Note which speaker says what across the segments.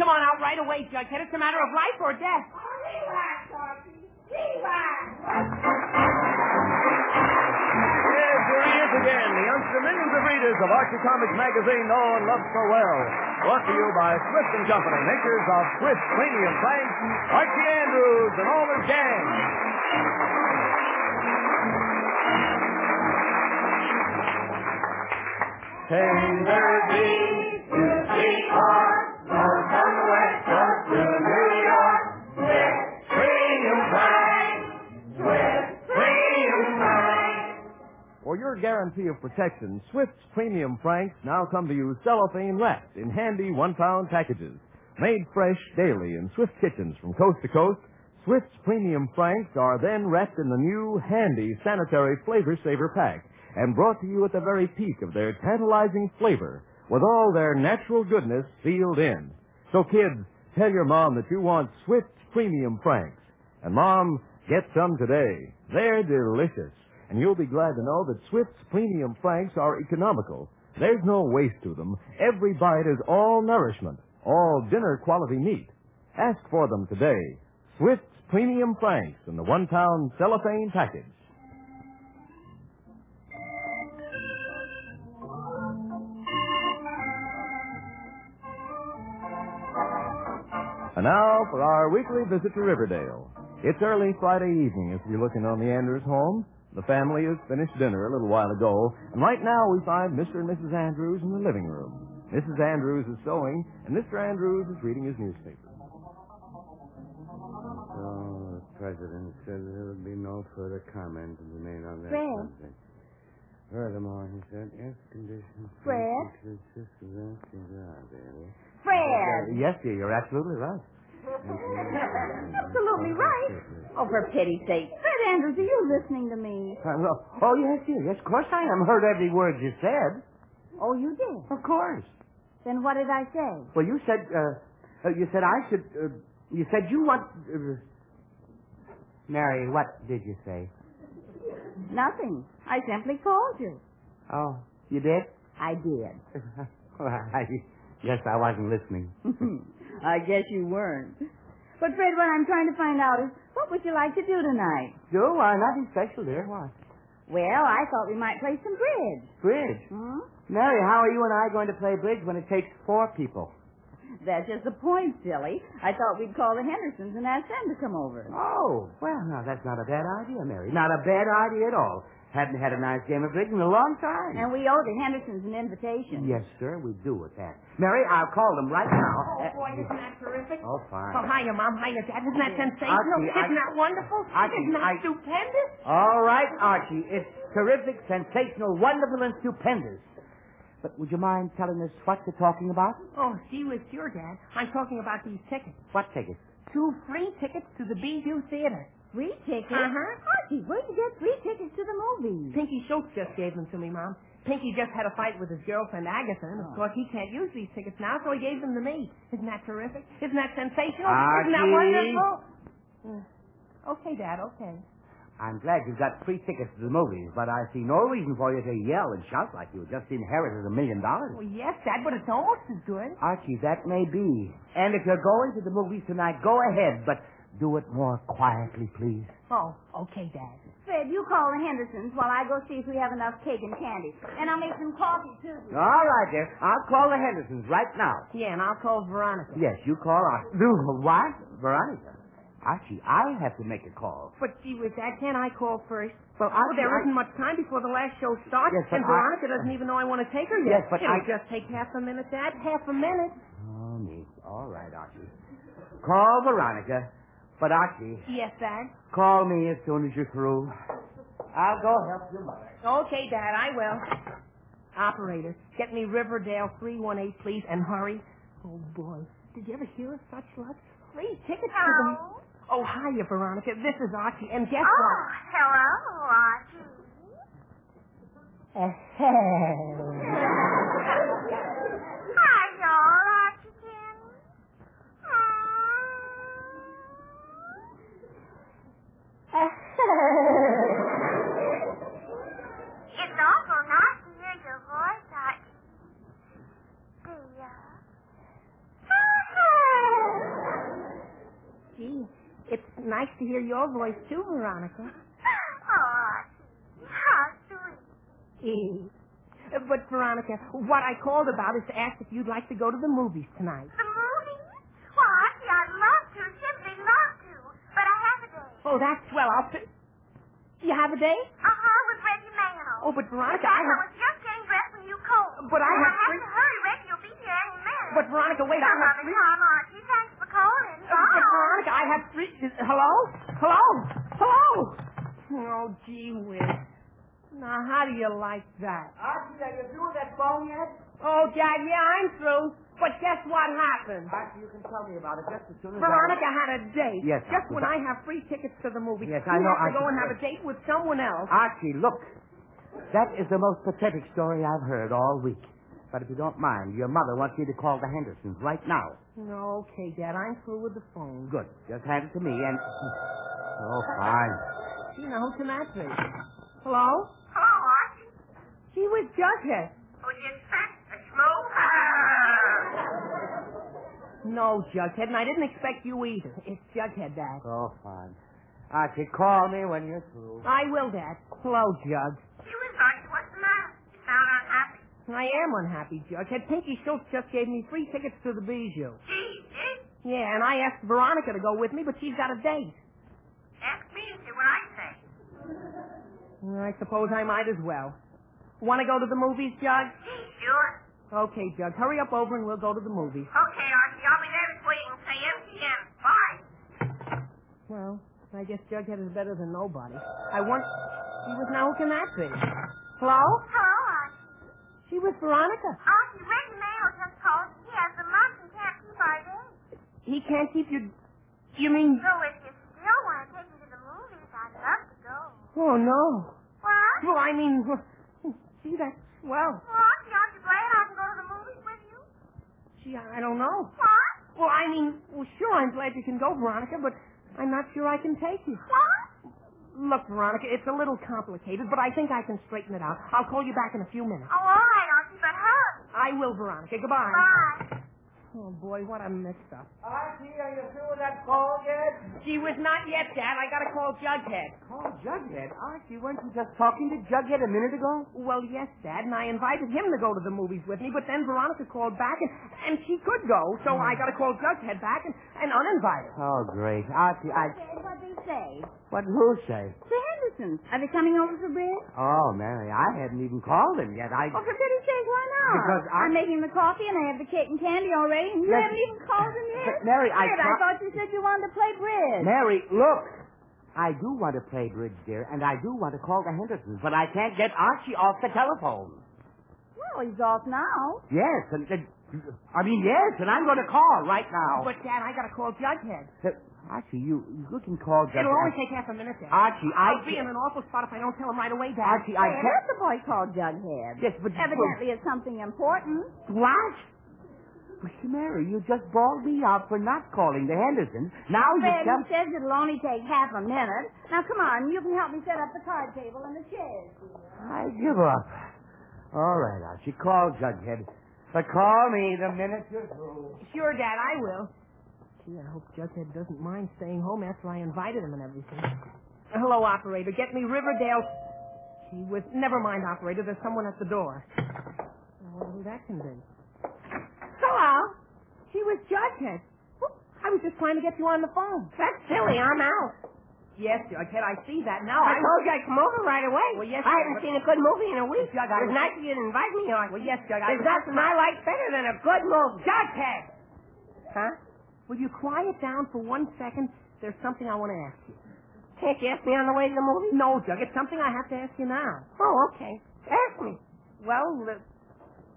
Speaker 1: your way, Judge. Said it's a matter of life or death.
Speaker 2: Rewind, Dorothy. Rewind.
Speaker 3: Yes, there he is again, the youngster millions of readers of Archie Comics magazine know and love so well. Brought to you by Swift and Company, makers of Swift Premium Planks, Archie Andrews, and all his gang. Tender deeds to sweetheart, from somewhere just to New York, Swift Premium Planks, Swift Premium Planks. For your guarantee of protection, Swift's premium franks now come to you cellophane wrapped in handy one-pound packages. Made fresh daily in Swift kitchens from coast to coast, Swift's premium franks are then wrapped in the new, handy, sanitary flavor saver pack and brought to you at the very peak of their tantalizing flavor with all their natural goodness sealed in. So kids, tell your mom that you want Swift's premium franks. And Mom, get some today. They're delicious. And you'll be glad to know that Swift's premium flanks are economical. There's no waste to them. Every bite is all nourishment, all dinner quality meat. Ask for them today. Swift's premium flanks in the one pound cellophane package. And now for our weekly visit to Riverdale. It's early Friday evening as we look in on the Andrews home. The family has finished dinner a little while ago, and right now we find Mr. and Mrs. Andrews in the living room. Mrs. Andrews is sewing, and Mr. Andrews is reading his newspaper.
Speaker 4: Oh, the president said there would be no further comment to be made on that
Speaker 5: Fred.
Speaker 4: subject. Furthermore, he said, if conditions
Speaker 5: Fred.
Speaker 4: persist as that, you are, baby.
Speaker 5: Fred!
Speaker 3: yes, dear, you're absolutely right.
Speaker 5: Absolutely right. Oh, for pity's sake. Fred Andrews, are you listening to me?
Speaker 3: oh, yes, dear. Yes, of course I am. Heard every word you said.
Speaker 5: Oh, you did?
Speaker 3: Of course.
Speaker 5: Then what did I say?
Speaker 3: Well, you said, uh, uh, you said I should, uh, you said you want, uh, Mary, what did you say?
Speaker 5: Nothing. I simply called you.
Speaker 3: Oh, you did?
Speaker 5: I did.
Speaker 3: well, I, yes, I wasn't listening.
Speaker 5: I guess you weren't. But, Fred, what I'm trying to find out is, what would you like to do tonight?
Speaker 3: No, uh, nothing special, dear. Why?
Speaker 5: Well, I thought we might play some bridge.
Speaker 3: Bridge.
Speaker 5: Hmm?
Speaker 3: Mary, how are you and I going to play bridge when it takes four people?
Speaker 5: That's just the point, silly. I thought we'd call the Hendersons and ask them to come over.
Speaker 3: Oh, well, now that's not a bad idea, Mary. Not a bad idea at all. Haven't had a nice game of bridge in a long time.
Speaker 5: And we owe the Hendersons an invitation.
Speaker 3: Yes, sir, we do with that. Mary, I'll call them right
Speaker 1: Oh,
Speaker 3: now.
Speaker 1: boy, isn't that terrific?
Speaker 3: Oh, fine.
Speaker 1: Oh, hiya, Mom. Hiya, Dad. Isn't that sensational?
Speaker 3: Archie, I-
Speaker 1: isn't that wonderful?
Speaker 3: Archie,
Speaker 1: isn't that
Speaker 3: I-
Speaker 1: stupendous?
Speaker 3: All right, Archie. It's terrific, sensational, wonderful, and stupendous. But would you mind telling us what you're talking about?
Speaker 1: Oh, gee whiz, sure, Dad. I'm talking about these tickets.
Speaker 3: What tickets?
Speaker 1: Two free tickets to the Bijou Theater.
Speaker 5: Free tickets?
Speaker 1: Uh-huh.
Speaker 5: Archie, where'd you get free tickets to the movies?
Speaker 1: Pinky Schultz just gave them to me, Mom. Pinky just had a fight with his girlfriend, Agatha, and of course he can't use these tickets now, so he gave them to me. Isn't that terrific? Isn't that sensational? Isn't that
Speaker 3: Archie.
Speaker 1: wonderful? Uh, Okay, Dad, okay.
Speaker 3: I'm glad you've got free tickets to the movies, but I see no reason for you to yell and shout like you just inherited a million dollars.
Speaker 1: Well, yes, Dad, but it's almost as good.
Speaker 3: Archie, that may be. And if you're going to the movies tonight, go ahead, but do it more quietly, please.
Speaker 1: Oh, okay, Dad.
Speaker 5: Fred, you call the Hendersons while I go see if we have enough cake and candy. And I'll make some coffee, too.
Speaker 3: All right, dear. I'll call the Hendersons right now.
Speaker 1: Yeah, and I'll call Veronica.
Speaker 3: Yes, you call Archie. Do what? Veronica. Archie, I have to make a call.
Speaker 1: But gee whiz, Dad, can't I call first?
Speaker 3: Well,
Speaker 1: Oh,
Speaker 3: Archie,
Speaker 1: there
Speaker 3: I-
Speaker 1: isn't much time before the last show starts,
Speaker 3: Yes, but
Speaker 1: and
Speaker 3: I-
Speaker 1: Veronica doesn't even know I want to take her yet.
Speaker 3: Yes, but
Speaker 1: It'll
Speaker 3: I-
Speaker 1: just take half a minute, Dad. Half a minute.
Speaker 3: Oh, me. All right, Archie. Call Veronica. But, Archie,
Speaker 1: Yes, Dad.
Speaker 3: call me as soon as you're through. I'll go help your mother.
Speaker 1: Okay, Dad, I will. Operator, get me Riverdale 318, please, and hurry. Oh, boy. Did you ever hear of such luck? Free tickets to the...
Speaker 2: Hello.
Speaker 1: Oh, hiya, Veronica. This is Archie, and guess
Speaker 3: Ah!
Speaker 2: Oh, hello, Archie.
Speaker 1: what? Uh-huh.
Speaker 2: Are you all right, Jim? Oh. It's awful nice to hear your voice, Archie. Dear.
Speaker 1: likes to hear your voice too, Veronica.
Speaker 2: Oh, Archie, how sweet.
Speaker 1: Eh. But, Veronica, what I called about is to ask if you'd like to go to the movies tonight.
Speaker 2: The movie? Well, Archie, I'd love to, simply love to. But I have a date.
Speaker 1: Oh, that's swell. I'll fi- You have a date?
Speaker 2: Uh-huh, with Reggie Mayo.
Speaker 1: Oh, but, Veronica, I
Speaker 2: I
Speaker 1: have...
Speaker 2: was just getting dressed when you called.
Speaker 1: But I
Speaker 2: And
Speaker 1: have
Speaker 2: I have
Speaker 1: three-
Speaker 2: to hurry. Reggie will be here any minute.
Speaker 1: But, Veronica, wait, I
Speaker 2: Some
Speaker 1: have
Speaker 2: other
Speaker 1: three...
Speaker 2: time, Archie. Thanks for calling.
Speaker 1: Uh, But,
Speaker 2: Bye.
Speaker 1: Veronica, I have three... is- Hello? Hello? Hello? Oh, gee whiz. Now, how do you like that?
Speaker 4: Archie, are you through with that phone yet?
Speaker 1: Oh, Dad, yeah, I'm through. But guess what happened?
Speaker 4: Archie, you can tell me about it just as soon as
Speaker 1: Veronica had a date.
Speaker 4: Yes,
Speaker 1: Just
Speaker 4: Archie.
Speaker 1: when I have free tickets to the movie.
Speaker 4: Yes,
Speaker 1: you
Speaker 4: I know,
Speaker 1: have to
Speaker 4: Archie.
Speaker 1: go and have a date with someone else.
Speaker 4: Archie, look. That is the most pathetic story I've heard all week. But if you don't mind, your mother wants me to call the Hendersons right now.
Speaker 1: No, okay, Dad, I'm through with the phone.
Speaker 4: Good. Just hand it to me and. Oh, fine.
Speaker 1: Gee, now who can that be? Hello?
Speaker 2: Hello, Archie.
Speaker 1: She was Jughead.
Speaker 2: Would you expect a smoke? Ah.
Speaker 1: No, Jughead, and I didn't expect you either. It's Jughead, Dad.
Speaker 4: Oh, fine. Archie, call me when you're through.
Speaker 1: I will, Dad. Hello, Jug.
Speaker 2: She was Archie. What's the matter? You sound unhappy.
Speaker 1: I am unhappy, Jughead. Pinky Schultz just gave me free tickets to the Bijou.
Speaker 2: Gee, did
Speaker 1: Yeah, and I asked Veronica to go with me, but she's got a date.
Speaker 2: ask me to do what I say.
Speaker 1: I suppose I might as well. Want to go to the movies, Jug?
Speaker 2: Gee, sure.
Speaker 1: Okay, Jug. Hurry up over and we'll go to the movies.
Speaker 2: Okay, Archie. I'll be there before you can say MTM. Bye.
Speaker 1: Well, I guess Jughead is better than nobody. I want. She was now. Who can that be? Hello?
Speaker 2: Hello, Archie.
Speaker 1: She was Veronica.
Speaker 2: Archie, Red Mayo just called. He has a month and can't keep our date.
Speaker 1: He can't keep you. You mean?
Speaker 2: So if you still want to take me to the movies, I'd love to go.
Speaker 1: Oh no.
Speaker 2: What?
Speaker 1: Well, I mean, gee, that's well.
Speaker 2: Well, Archie, aren't you glad I can go to the movies with you?
Speaker 1: Gee, I I don't know.
Speaker 2: What?
Speaker 1: Well, I mean, well, sure, I'm glad you can go, Veronica, but I'm not sure I can take you.
Speaker 2: What?
Speaker 1: Look, Veronica, it's a little complicated, but I think I can straighten it out. I'll call you back in a few minutes.
Speaker 2: Oh, all right, Archie, but hurry.
Speaker 1: I will, Veronica. Goodbye.
Speaker 2: Bye.
Speaker 1: Oh boy, what a mix up.
Speaker 4: Archie, are you through with that call yet?
Speaker 1: She was not yet, Dad. I gotta call Jughead.
Speaker 4: Call Jughead? Archie, weren't you just talking to Jughead a minute ago?
Speaker 1: Well, yes, Dad, and I invited him to go to the movies with me, but then Veronica called back, and, and she could go, so
Speaker 4: Hmm.
Speaker 1: I gotta call Jughead back and, and uninvite her.
Speaker 4: Oh, great. Archie, I.
Speaker 5: Fred, what'd they say?
Speaker 4: What who say?
Speaker 5: The Hendersons. Are they coming over for bridge?
Speaker 4: Oh, Mary, I hadn't even called him yet. I.
Speaker 5: Oh, for pity's sake, why not?
Speaker 4: Because I-
Speaker 5: am making the coffee and I have the cake and candy already, and you
Speaker 4: Yes.
Speaker 5: haven't even called them yet.
Speaker 4: But, Mary, I
Speaker 5: Fred,
Speaker 4: pro-
Speaker 5: thought you said you wanted to play bridge.
Speaker 4: Mary, look. I do want to play bridge, dear, and I do want to call the Hendersons, but I can't get Archie off the telephone.
Speaker 5: Well, he's off now.
Speaker 4: Yes, and, and I mean yes, and I'm going to call right now.
Speaker 1: But, Dad, I gotta call Jughead.
Speaker 4: But, uh, Archie, you you can call just.
Speaker 1: It'll only take half a minute, Dad.
Speaker 4: Archie, uh, I
Speaker 1: I'll be in an awful spot if I don't tell him right away, Dad.
Speaker 4: Archie, I
Speaker 5: Fred,
Speaker 4: can't.
Speaker 5: that's the boy called Jughead.
Speaker 4: Yes, but
Speaker 5: Evidently it's something important.
Speaker 4: what? But, Mary, you just balled me out for not calling the Hendersons. Now Oh, you
Speaker 5: Fred,
Speaker 4: tell
Speaker 5: he says it'll only take half a minute. Now, come on, you can help me set up the card table and the chairs.
Speaker 4: I give up. All right, Archie, call Jughead, but call me the minute you're through.
Speaker 1: Sure, Dad, I will. Gee, I hope Jughead doesn't mind staying home after I invited him and everything. Hello, operator. Get me Riverdale. She was. Never mind, operator. There's someone at the door. I wonder who that can be. Hello. uh, She was Jughead. Whoop, I was just trying to get you on the phone. That's silly. I'm out. Yes, Jughead, I see that now. I, told you I'd come over right away. Well, yes, I haven't seen a good movie in a week. Jug, I was nice you didn't invite me on. Well, yes, Jug, I There's nothing I like better than a good movie. Jughead! Huh? Will you quiet down for one second? There's something I want to ask you. Can't you ask me on the way to the movie? No, Jug. It's something I have to ask you now. Oh, okay. Ask me. Well, uh,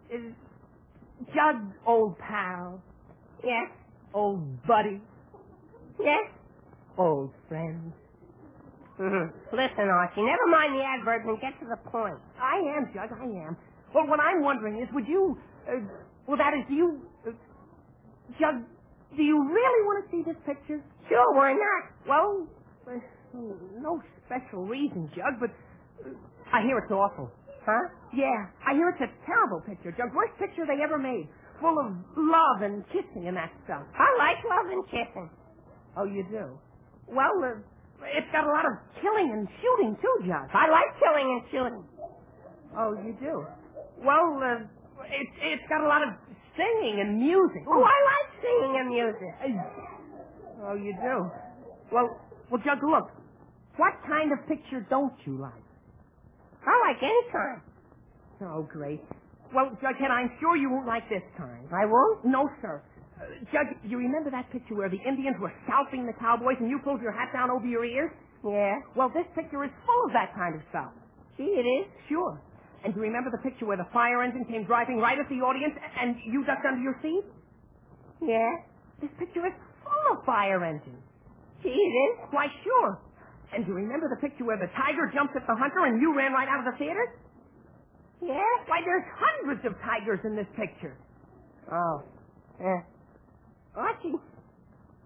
Speaker 1: is Jug, old pal. Yes. Old buddy. Yes. Old friend. Mm-hmm. Listen, Archie, never mind the adverbs and get to the point. I am, Jug, I am. Well, what I'm wondering is, would you, uh, well, that is, do you, uh, Jug, do you really want to see this picture? Sure, why not? Well, uh, no special reason, Jug, but uh, I hear it's awful. Huh? Yeah, I hear it's a terrible picture, Jug. Worst picture they ever made. Full of love and kissing and that stuff. I like love and kissing. Oh, you do? Well, uh, it's got a lot of killing and shooting, too, Judge.
Speaker 6: I like killing and shooting.
Speaker 1: Oh, you do? Well, uh, it, it's got a lot of singing and music.
Speaker 6: Oh, I like singing and music.
Speaker 1: Oh, you do? Well, well, Judge, look. What kind of picture don't you like?
Speaker 6: I like any kind.
Speaker 1: Oh, great. Well, Judge Head, I'm sure you won't like this kind.
Speaker 6: I won't?
Speaker 1: No, sir. Uh, Judge, you remember that picture where the Indians were scalping the cowboys and you pulled your hat down over your ears?
Speaker 6: Yeah.
Speaker 1: Well, this picture is full of that kind of stuff.
Speaker 6: Gee, it is.
Speaker 1: Sure. And you remember the picture where the fire engine came driving right at the audience a- and you ducked under your seat?
Speaker 6: Yeah.
Speaker 1: This picture is full of fire engines.
Speaker 6: Gee, it is.
Speaker 1: Why, sure. And you remember the picture where the tiger jumped at the hunter and you ran right out of the theater?
Speaker 6: Yeah.
Speaker 1: Why, there's hundreds of tigers in this picture.
Speaker 6: Oh.
Speaker 1: Eh.
Speaker 6: Yeah. Archie,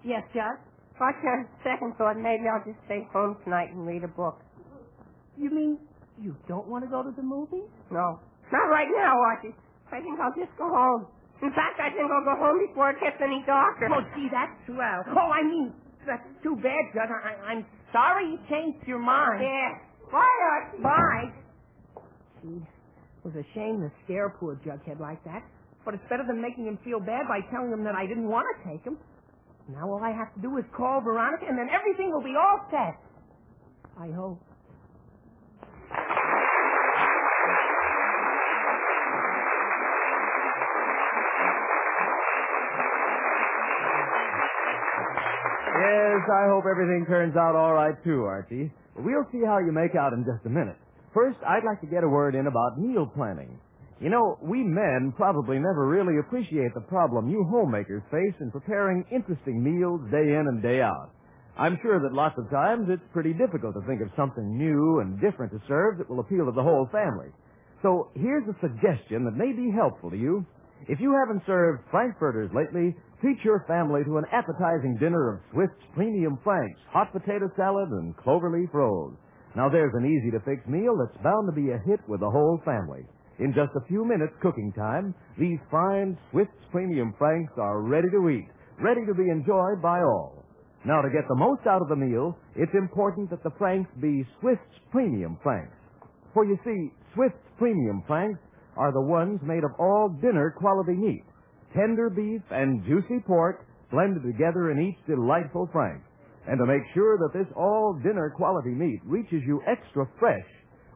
Speaker 1: Yes, Judge?
Speaker 6: Archie, on second thought, maybe I'll just stay home tonight and read a book.
Speaker 1: You mean you don't want to go to the movies?
Speaker 6: No. Not right now, Archie. I think I'll just go home. In fact, I think I'll go home before it gets any darker.
Speaker 1: Oh, gee, that's swell. Oh, I mean, that's too bad, Judge. I, I, I'm sorry you changed your mind.
Speaker 6: Yeah. Bye, Archie. Bye.
Speaker 1: Gee, it was a shame to scare poor Jughead like that. But it's better than making him feel bad by telling him that I didn't want to take him. Now all I have to do is call Veronica, and then everything will be all set. I hope.
Speaker 3: Yes, I hope everything turns out all right too, Archie. We'll see how you make out in just a minute. First, I'd like to get a word in about meal planning. You know, we men probably never really appreciate the problem you homemakers face in preparing interesting meals day in and day out. I'm sure that lots of times it's pretty difficult to think of something new and different to serve that will appeal to the whole family. So here's a suggestion that may be helpful to you. If you haven't served Frankfurters lately, treat your family to an appetizing dinner of Swiss premium franks, hot potato salad, and cloverleaf rolls. Now there's an easy to fix meal that's bound to be a hit with the whole family. In just a few minutes cooking time, these fine Swiss premium franks are ready to eat, ready to be enjoyed by all. Now to get the most out of the meal, it's important that the franks be Swiss premium franks. For you see, Swift's premium planks are the ones made of all dinner quality meat. Tender beef and juicy pork blended together in each delightful frank. And to make sure that this all dinner quality meat reaches you extra fresh,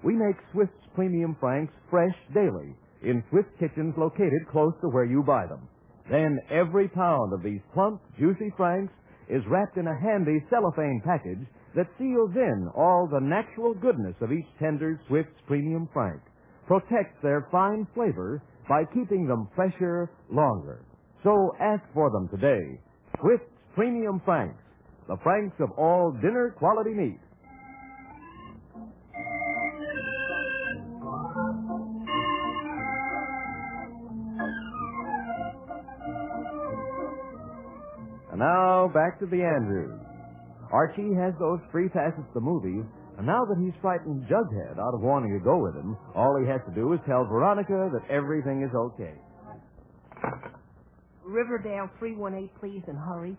Speaker 3: we make Swift's premium franks fresh daily in Swift kitchens located close to where you buy them. Then every pound of these plump, juicy franks is wrapped in a handy cellophane package that seals in all the natural goodness of each tender Swift's premium frank, protects their fine flavor by keeping them fresher longer. So ask for them today. Swift's premium franks, the franks of all dinner quality meat. And now back to the Andrews. Archie has those free passes to the movies, and now that he's frightened Jughead out of wanting to go with him, all he has to do is tell Veronica that everything is okay.
Speaker 1: Riverdale 318, please, and hurry.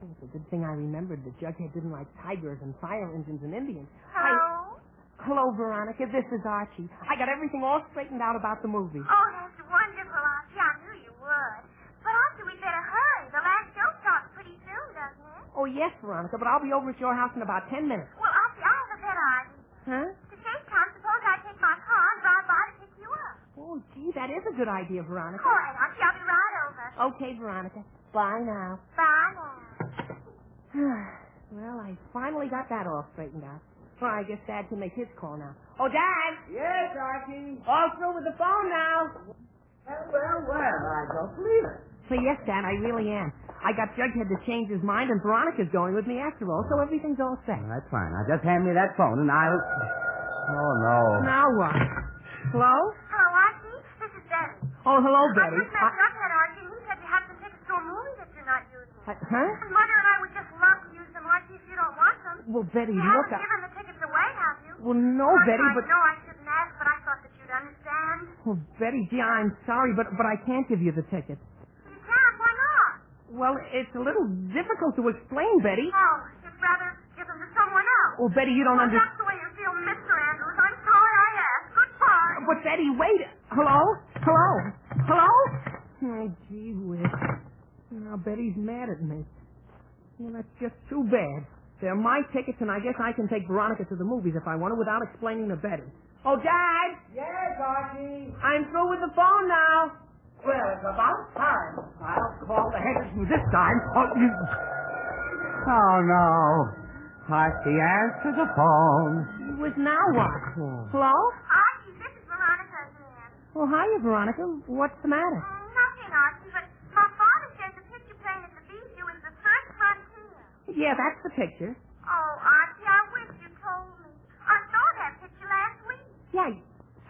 Speaker 1: It's a good thing I remembered that Jughead didn't like tigers and fire engines and Indians.
Speaker 2: Oh,
Speaker 1: Hello, Veronica. This is Archie. I got everything all straightened out about the
Speaker 2: oh,
Speaker 1: movie.
Speaker 2: that's wonderful, Archie. I knew you would. But Archie, we better hurry. The last show starts pretty soon, doesn't it?
Speaker 1: Oh, yes, Veronica, but I'll be over at your house in about ten minutes.
Speaker 2: Well, Archie, I have a better idea.
Speaker 1: Huh?
Speaker 2: To save time, suppose I take my car and drive by to pick you up.
Speaker 1: Oh, gee, that is a good idea, Veronica.
Speaker 2: All right, Archie, I'll be right over.
Speaker 1: Okay, Veronica. Bye now.
Speaker 2: Bye now.
Speaker 1: well, I finally got that all straightened out. Well, I guess Dad can make his call now. Oh, Dad!
Speaker 5: Yes, Archie.
Speaker 1: All through with the phone now.
Speaker 5: Well, well, well, I don't believe it.
Speaker 1: So, yes, Dad, I really am. I got Jughead to change his mind, and Veronica's going with me after all, so everything's all set.
Speaker 4: Well, that's fine. Now just hand me that phone and I'll. Oh no.
Speaker 1: Now what? Hello?
Speaker 2: Hello, Archie. This is Betty.
Speaker 1: Oh, hello,
Speaker 2: I
Speaker 1: Betty.
Speaker 2: just met Jughead, Archie, and he said you have some tickets to a movie that you're not using.
Speaker 1: I- I- huh?
Speaker 2: And Mother and I would just love to use them, Archie, if you don't want them.
Speaker 1: Well, Betty,
Speaker 2: You
Speaker 1: look.
Speaker 2: haven't
Speaker 1: I,
Speaker 2: given the tickets away, have you?
Speaker 1: well, no,
Speaker 2: Archie,
Speaker 1: Betty,
Speaker 2: I
Speaker 1: but
Speaker 2: know I shouldn't ask, but I thought that you'd understand.
Speaker 1: well, Betty, gee, I'm sorry, but but I can't give you the ticket.
Speaker 2: You can't. Why not?
Speaker 1: Well, it's a little difficult to explain, Betty.
Speaker 2: Oh, it's rather
Speaker 1: Well, Betty, you don't
Speaker 2: Well,
Speaker 1: understand.
Speaker 2: that's the way you feel, Mr. Andrews. I'm sorry I asked. Goodbye.
Speaker 1: But Betty, wait. Hello? Hello? Hello? Oh, gee whiz. Now Betty's mad at me. Well, that's just too bad. They're my tickets, and I guess I can take Veronica to the movies if I want to without explaining to Betty. Oh, Dad! Yes, Archie? I'm through with the phone now. Well, it's about time. I'll call the Henderson this time. Oh, you...
Speaker 4: Oh, no. Archie, answer the phone.
Speaker 1: With now what? Hello?
Speaker 2: Archie, this is Veronica again.
Speaker 1: Well, hiya, Veronica. What's the matter?
Speaker 2: Mm, Nothing, Archie, but my father says the picture playing at the Bijou is the first frontier.
Speaker 1: Yeah, that's the picture.
Speaker 2: Oh, Archie, I wish you told me. I saw that picture last week.
Speaker 1: Yeah,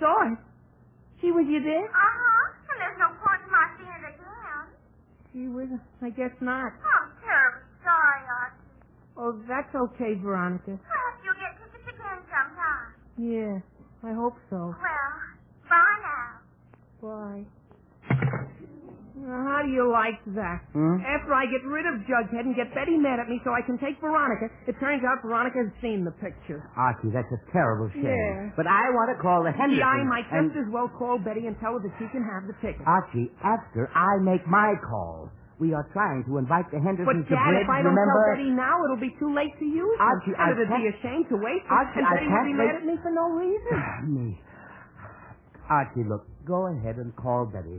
Speaker 1: saw it. She was you there?
Speaker 2: Uh-huh. And there's no point in my seeing it again.
Speaker 1: She was. I guess not.
Speaker 2: I'm terribly sorry, Archie.
Speaker 1: Oh, that's okay, Veronica.
Speaker 2: Perhaps you'll get tickets again sometime.
Speaker 1: Yeah, I hope so.
Speaker 2: Well, bye now.
Speaker 1: Bye. Now, how do you like that?
Speaker 4: Hmm?
Speaker 1: After I get rid of Jughead and get Betty mad at me so I can take Veronica, it turns out Veronica's seen the picture.
Speaker 4: Archie, that's a terrible shame.
Speaker 1: Yeah.
Speaker 4: But I want to call the Hendersons.
Speaker 1: Gee, I might
Speaker 4: and-
Speaker 1: just as well call Betty and tell her that she can have the ticket.
Speaker 4: Archie, after I make my call, we are trying to invite the
Speaker 1: But,
Speaker 4: Hendersons to
Speaker 1: Dad,
Speaker 4: bridge,
Speaker 1: if I don't
Speaker 4: remember?
Speaker 1: tell Betty now, it'll be too late to use her.
Speaker 4: Archie, I
Speaker 1: and it'd be
Speaker 4: can't-
Speaker 1: a shame to waste it.
Speaker 4: Archie,
Speaker 1: and
Speaker 4: I
Speaker 1: Betty would be
Speaker 4: can't
Speaker 1: mad
Speaker 4: make-
Speaker 1: at me for no reason.
Speaker 4: Me. Archie, look, go ahead and call Betty.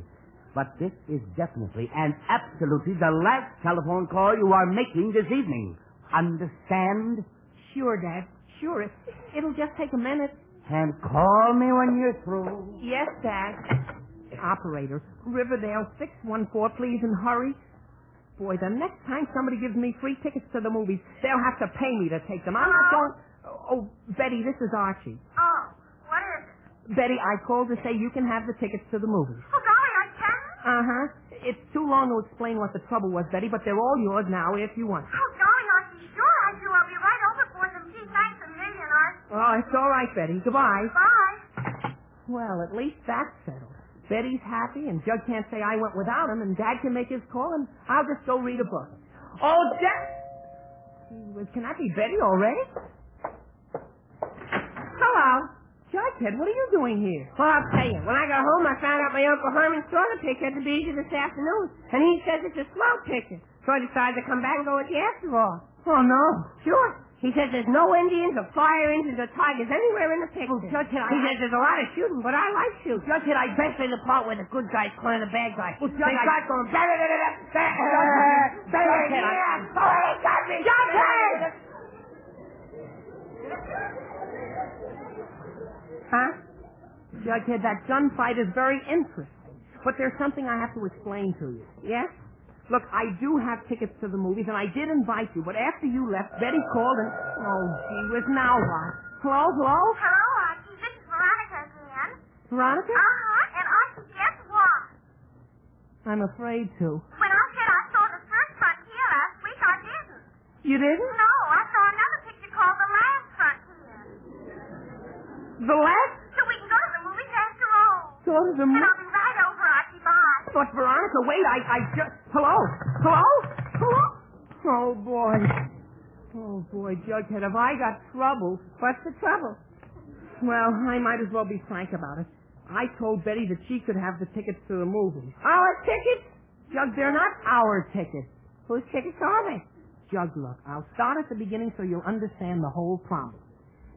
Speaker 4: But this is definitely and absolutely the last telephone call you are making this evening. Understand?
Speaker 1: Sure, Dad. Sure. It, it'll just take a minute.
Speaker 4: And call me when you're through.
Speaker 1: Yes, Dad. Operator, Riverdale 614, please, and hurry. Boy, the next time somebody gives me free tickets to the movies, they'll have to pay me to take them. I'm not going... Oh, Betty, this is Archie.
Speaker 2: Oh, what is it?
Speaker 1: Betty, I called to say you can have the tickets to the movies.
Speaker 2: Oh, golly, I can?
Speaker 1: Uh-huh. It's too long to explain what the trouble was, Betty, but they're all yours now if you want.
Speaker 2: Oh, golly, Archie, sure I do. I'll be right over for them. Gee, thanks a million, Archie.
Speaker 1: Oh, it's all right, Betty. Goodbye.
Speaker 2: Bye.
Speaker 1: Well, at least that's settled. Betty's happy, and Jug can't say I went without him, and Dad can make his call, and I'll just go read a book. Oh, Jack! Can that be Betty already? Hello. Jughead, what are you doing here?
Speaker 6: Well, I'll tell you. When I got home, I found out my Uncle Herman saw the picture at the Bijou this afternoon, and he says it's a swell picture. So I decided to come back and go with you after all.
Speaker 1: Oh, no.
Speaker 6: Sure. He says there's no Indians or fire engines or tigers anywhere in the picture.
Speaker 1: Jughead, I-
Speaker 6: he says there's a lot of shooting, but I like shooting. Jughead, I especially the part where the good guys corner the bad guys.
Speaker 1: Well,
Speaker 6: they
Speaker 1: Jughead, I-
Speaker 6: start going, "Bah, bah, bah, bah, bah, bah, bah, bah,
Speaker 1: Jughead, I-
Speaker 6: yeah. Oh, they got me. Jughead! Huh?
Speaker 1: Jughead, that gunfight is very interesting, but there's something I have to explain to you.
Speaker 6: Yes?
Speaker 1: Look, I do have tickets to the movies, and I did invite you, but after you left, Betty called and... Oh, gee whiz, now what? Hello, hello?
Speaker 2: Hello, Archie. This is Veronica again.
Speaker 1: Veronica?
Speaker 2: Uh-huh. And Archie, guess what?
Speaker 1: I'm afraid to.
Speaker 2: When I said I saw the first frontier last week, I didn't.
Speaker 1: You didn't?
Speaker 2: No, I saw another picture called The Last Frontier.
Speaker 1: The last
Speaker 2: So we can go to the movies after all.
Speaker 1: sort of the
Speaker 2: And
Speaker 1: mo-
Speaker 2: I'll be right over, Archie. Bye.
Speaker 1: But Veronica, wait, I, I just... Hello? Hello? Hello? Oh, boy. Oh, boy, Jughead, have I got trouble?
Speaker 6: What's the trouble?
Speaker 1: Well, I might as well be frank about it. I told Betty that she could have the tickets to the movies.
Speaker 6: Our tickets?
Speaker 1: Jug, they're not our tickets.
Speaker 6: Whose tickets are they?
Speaker 1: Jug, look, I'll start at the beginning so you'll understand the whole problem.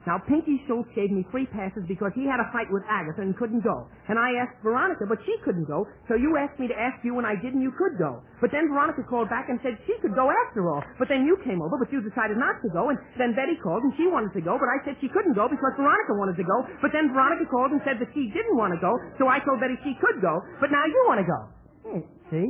Speaker 1: Now, Pinky Schultz gave me free passes because he had a fight with Agatha and couldn't go. And I asked Veronica, but she couldn't go, so you asked me to ask you and I didn't, you could go. But then Veronica called back and said she could go after all. But then you came over, but you decided not to go, and then Betty called and she wanted to go, but I said she couldn't go because Veronica wanted to go. But then Veronica called and said that she didn't want to go, so I told Betty she could go, but now you want to go. Hmm, See?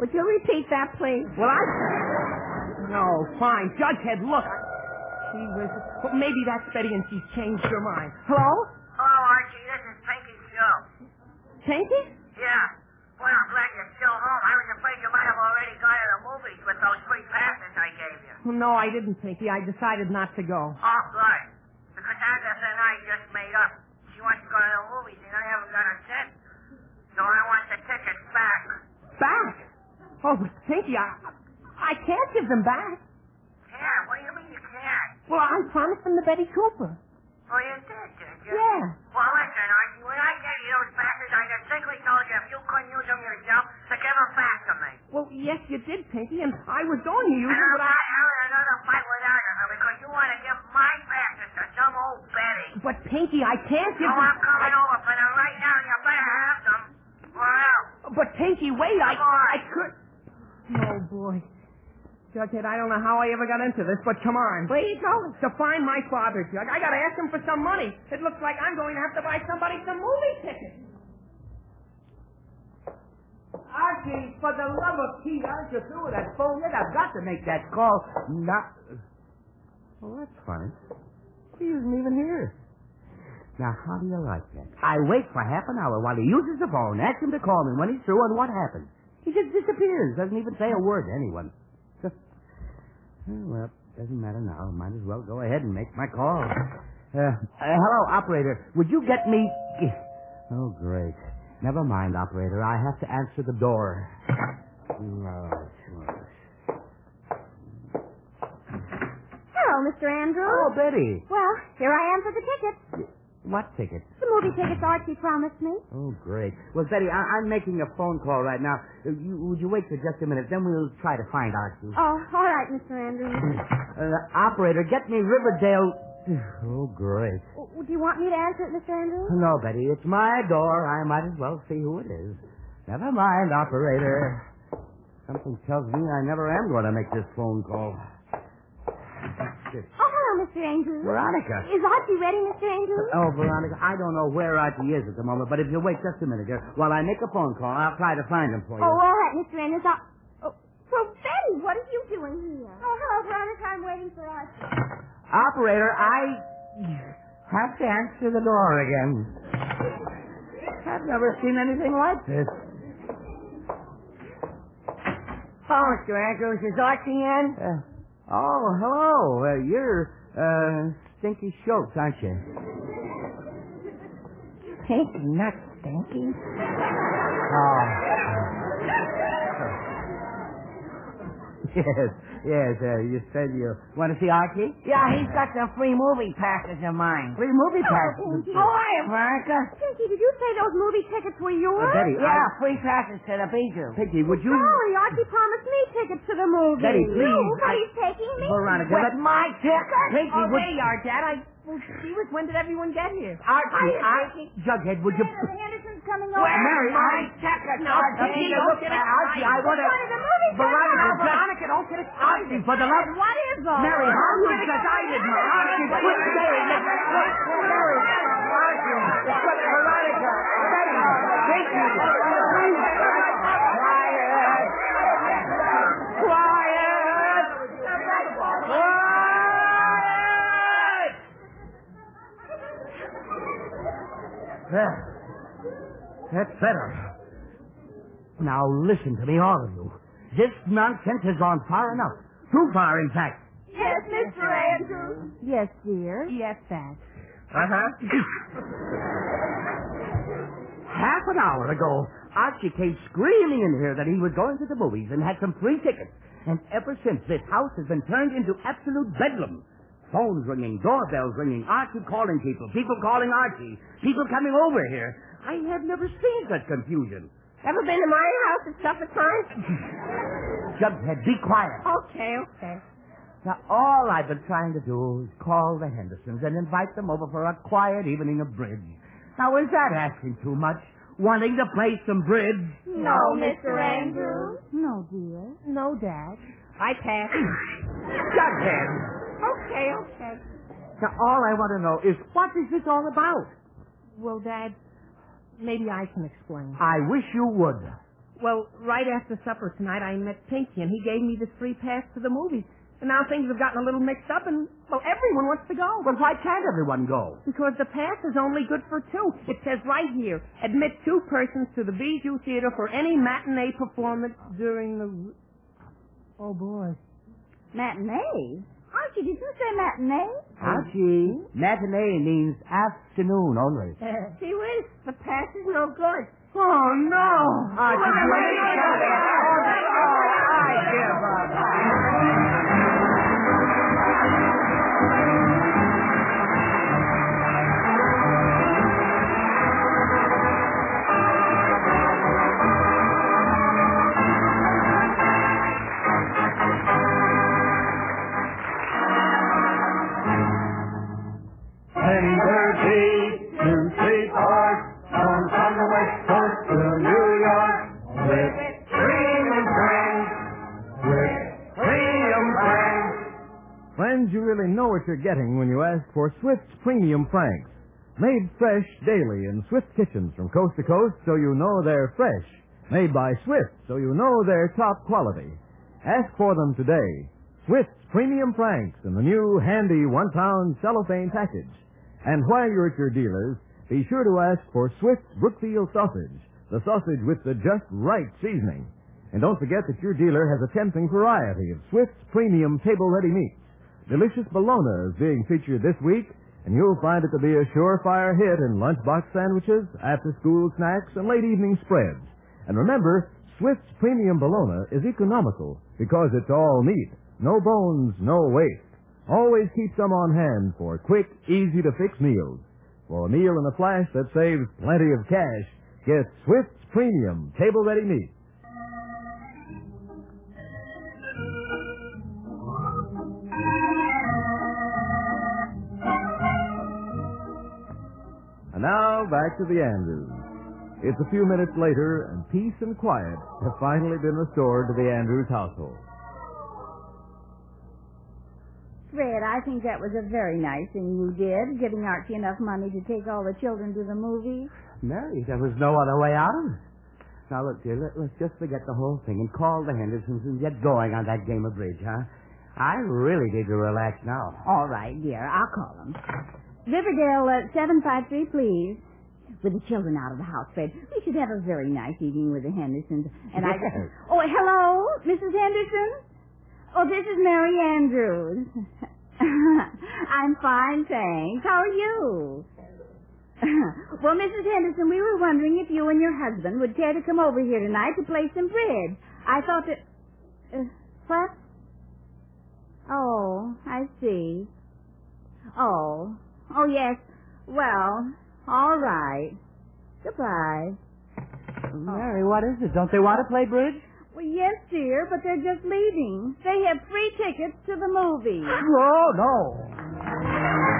Speaker 6: Would you repeat that, please?
Speaker 1: Well, I. No, fine. Jughead, look. She was. Well, maybe that's Betty and she's changed her mind. Hello?
Speaker 7: Hello, Archie. This is Pinky Joe.
Speaker 1: Pinky?
Speaker 7: Yeah. Well, I'm glad you're still home. I was afraid you might have already gone to the movies with those free passes I gave you.
Speaker 1: No, I didn't, Pinky. I decided not to go.
Speaker 7: Oh, good. Because Agatha and I just made up. She wants to go to the movies, and I haven't got a cent. So I want the tickets back.
Speaker 1: Back? Oh, but Pinky, I. I can't give them back.
Speaker 7: Yeah, what do you mean you
Speaker 1: Well, I promised them the Betty Cooper.
Speaker 7: Oh, you did, did you?
Speaker 1: Yeah.
Speaker 7: Well, listen, Archie, when I gave you those backers, I distinctly told you if you couldn't use them yourself, to give them back to me.
Speaker 1: Well, yes, you did, Pinky, and I was going to use
Speaker 7: And
Speaker 1: them,
Speaker 7: I'm
Speaker 1: but I...
Speaker 7: not having another fight without you because you want to give my backers to some old Betty.
Speaker 1: But, Pinky, I can't
Speaker 7: Oh,
Speaker 1: give
Speaker 7: I'm coming over for them right now, and you better have them. Or else.
Speaker 1: them... But, Pinky, wait, I...
Speaker 7: Come on.
Speaker 1: I could... Oh, boy. Judgehead, I don't know how I ever got into this, but come on. Where are you going? To find my father, Judge. I gotta ask him for some money. It looks like I'm going to have to buy somebody some movie tickets.
Speaker 4: Archie, for the love of Pete, aren't you through with that phone yet? Oh, I've got to make that call. Not. Well, that's funny. He isn't even here. Now, how do you like that? I wait for half an hour while he uses the phone, ask him to call me when he's through, and what happens? He just disappears, doesn't even say a word to anyone. Oh, well, doesn't matter now. Might as well go ahead and make my call. Uh, uh, hello, operator. Would you get me... Oh, great. Never mind, operator. I have to answer the door. No, sure.
Speaker 5: Hello, Mr. Andrews.
Speaker 4: Oh, Betty.
Speaker 5: Well, here I am for the tickets.
Speaker 4: What ticket?
Speaker 5: The movie tickets Archie promised me.
Speaker 4: Oh, great. Well, Betty, I- I'm making a phone call right now. Uh, You- would you wait for just a minute? Then we'll try to find Archie.
Speaker 5: Oh, all right, Mr. Andrews.
Speaker 4: Uh, operator, get me Riverdale. Oh, great.
Speaker 5: Oh, do you want me to answer it, Mr. Andrews?
Speaker 4: No, Betty, it's my door. I might as well see who it is. Never mind, operator. Something tells me I never am going to make this phone call.
Speaker 5: Oh, hello, Mr. Andrews.
Speaker 4: Veronica.
Speaker 5: Is Archie ready, Mr. Andrews?
Speaker 4: Oh, Veronica, I don't know where Archie is at the moment, but if you'll wait just a minute here while I make a phone call, I'll try to find him for you.
Speaker 5: Oh, all right, Mr. Andrews. I'll... Oh, so, Betty, what are you doing here? Oh, hello, Veronica. I'm waiting for Archie.
Speaker 4: Operator, I have to answer the door again. I've never seen anything like this.
Speaker 6: Oh, Mr. Andrews, is Archie in?
Speaker 4: Uh, oh, hello. Uh, you're uh, Stinky Schultz, aren't you?
Speaker 6: Pink not stinky.
Speaker 4: Oh. yes, yes. Uh, you said you want to see Archie?
Speaker 6: Yeah, he's got some free movie passes of mine. Oh,
Speaker 4: Free movie passes.
Speaker 5: Pinky.
Speaker 6: How are you, Veronica?
Speaker 5: Pinky, did you say those movie tickets were yours?
Speaker 4: Uh, Betty,
Speaker 6: Yeah, free passes to the Bijou.
Speaker 4: I, Pinky, would you?
Speaker 5: Golly, Archie promised me tickets to the movie.
Speaker 4: Betty, please, uh,
Speaker 5: No, but
Speaker 4: I-
Speaker 5: he's taking me.
Speaker 4: Veronica,
Speaker 6: With
Speaker 4: let
Speaker 6: my ticket?
Speaker 4: Pinky,
Speaker 1: oh,
Speaker 4: would
Speaker 1: there you are, Dad. I... Well, she was... When did everyone get here?
Speaker 4: Archie, I, Jughead, would you? Uh,
Speaker 5: Senator Henderson's coming over.
Speaker 6: Where's
Speaker 4: Mary,
Speaker 6: my
Speaker 4: I-
Speaker 6: ticket?
Speaker 1: No, Pinky, you're looking at
Speaker 4: Archie, I want to.
Speaker 5: Going to the movies.
Speaker 4: Veronica,
Speaker 5: Veronica.
Speaker 4: just-
Speaker 1: Veronica, don't get
Speaker 4: Archie,
Speaker 1: excited.
Speaker 4: for the love.
Speaker 5: What is all
Speaker 4: Mary, how you
Speaker 5: Veronica,
Speaker 4: excited,
Speaker 5: what is
Speaker 4: Mary?
Speaker 5: all
Speaker 4: Archie,
Speaker 5: this?
Speaker 4: quit Mary. Mary, Archie, it's what Veronica. Betty, Pinky. Quiet. Quiet. Quiet. There. That's better. Now listen to me, all of you. This nonsense has gone far enough. Too far, in fact.
Speaker 5: Yes, Mr. Andrews. Yes, dear. Yes, Dad.
Speaker 4: Uh-huh. Half an hour ago, Archie came screaming in here that he was going to the movies and had some free tickets. And ever since, this house has been turned into absolute bedlam. Phones ringing, doorbells ringing, Archie calling people, people calling Archie, people coming over here. I have never seen such confusion.
Speaker 6: Ever been to my house at supper time?
Speaker 4: Jughead, be quiet.
Speaker 6: Okay, okay.
Speaker 4: Now, all I've been trying to do is call the Hendersons and invite them over for a quiet evening of bridge. Now, is that asking too much? Wanting to play some bridge?
Speaker 5: No, Mr. Andrews. No, dear. No, Dad.
Speaker 6: I pass.
Speaker 4: Jughead!
Speaker 6: okay, okay.
Speaker 4: Now, all I want to know is what is this all about?
Speaker 1: Well, Dad, maybe I can explain.
Speaker 4: I wish you would.
Speaker 1: Well, right after supper tonight, I met Pinky, and he gave me this free pass to the movies. And now things have gotten a little mixed up, and, well, everyone wants to go.
Speaker 4: But why can't everyone go?
Speaker 1: Because the pass is only good for two. It says right here, admit two persons to the Bijou Theater for any matinee performance during the... Oh, boy.
Speaker 5: Matinee? Archie, did you say matinee?
Speaker 4: Archie, matinee means afternoon only.
Speaker 6: Gee whiz, the pass is no good.
Speaker 4: Oh, no!
Speaker 1: Ah,
Speaker 4: Archie, wait a minute.
Speaker 1: Oh,
Speaker 4: Oh, I give up.
Speaker 3: you're getting when you ask for Swift's Premium Franks. Made fresh daily in Swift kitchens from coast to coast so you know they're fresh. Made by Swift so you know they're top quality. Ask for them today. Swift's Premium Franks in the new handy one pound cellophane package. And while you're at your dealer's, be sure to ask for Swift's Brookfield sausage, the sausage with the just right seasoning. And don't forget that your dealer has a tempting variety of Swift's premium table ready meats. Delicious bologna is being featured this week, and you'll find it to be a surefire hit in lunchbox sandwiches, after school snacks, and late evening spreads. And remember, Swift's premium bologna is economical because it's all meat, no bones, no waste. Always keep some on hand for quick, easy to fix meals. For a meal in a flash that saves plenty of cash, get Swift's premium table ready meat. And now back to the Andrews. It's a few minutes later, and peace and quiet have finally been restored to the Andrews household.
Speaker 5: Fred, I think that was a very nice thing you did, giving Archie enough money to take all the children to the movies.
Speaker 4: Mary, there was no other way out of it. Now, look, dear, let, let's just forget the whole thing and call the Hendersons and get going on that game of bridge, huh? I really need to relax now.
Speaker 5: All right, dear, I'll call them. Riverdale, uh, 753, please. With the children out of the house, Fred, we should have a very nice evening with the Hendersons. And I...
Speaker 4: Yes.
Speaker 5: Oh, hello, Mrs. Henderson? Oh, this is Mary Andrews. I'm fine, thanks. How are you? well, Mrs. Henderson, we were wondering if you and your husband would care to come over here tonight to play some bridge. I thought that... Uh, what? Oh, I see. Oh. Oh, yes. Well, all right. Goodbye.
Speaker 1: Oh.
Speaker 4: Mary, what is it? Don't they want to play bridge?
Speaker 5: Well, yes, dear, but they're just leaving. They have free tickets to the movie.
Speaker 4: Oh, no.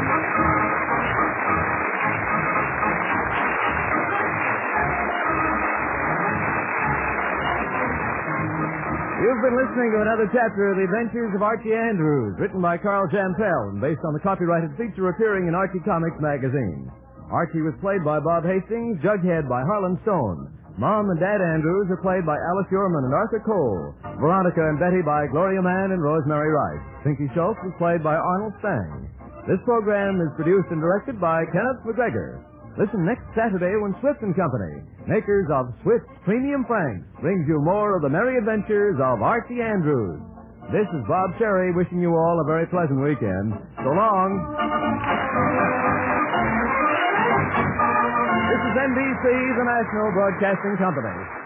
Speaker 3: You've been listening to another chapter of The Adventures of Archie Andrews, written by Carl Jampel and based on the copyrighted feature appearing in Archie Comics magazine. Archie was played by Bob Hastings, Jughead by Harlan Stone. Mom and Dad Andrews are played by Alice Yorman and Arthur Cole. Veronica and Betty by Gloria Mann and Rosemary Rice. Pinky Schultz was played by Arnold Stang. This program is produced and directed by Kenneth McGregor. Listen next Saturday when Swift and Company, makers of Swift's Premium Franks, brings you more of the merry adventures of Archie Andrews. This is Bob Cherry wishing you all a very pleasant weekend. So long. This is NBC, the National Broadcasting Company.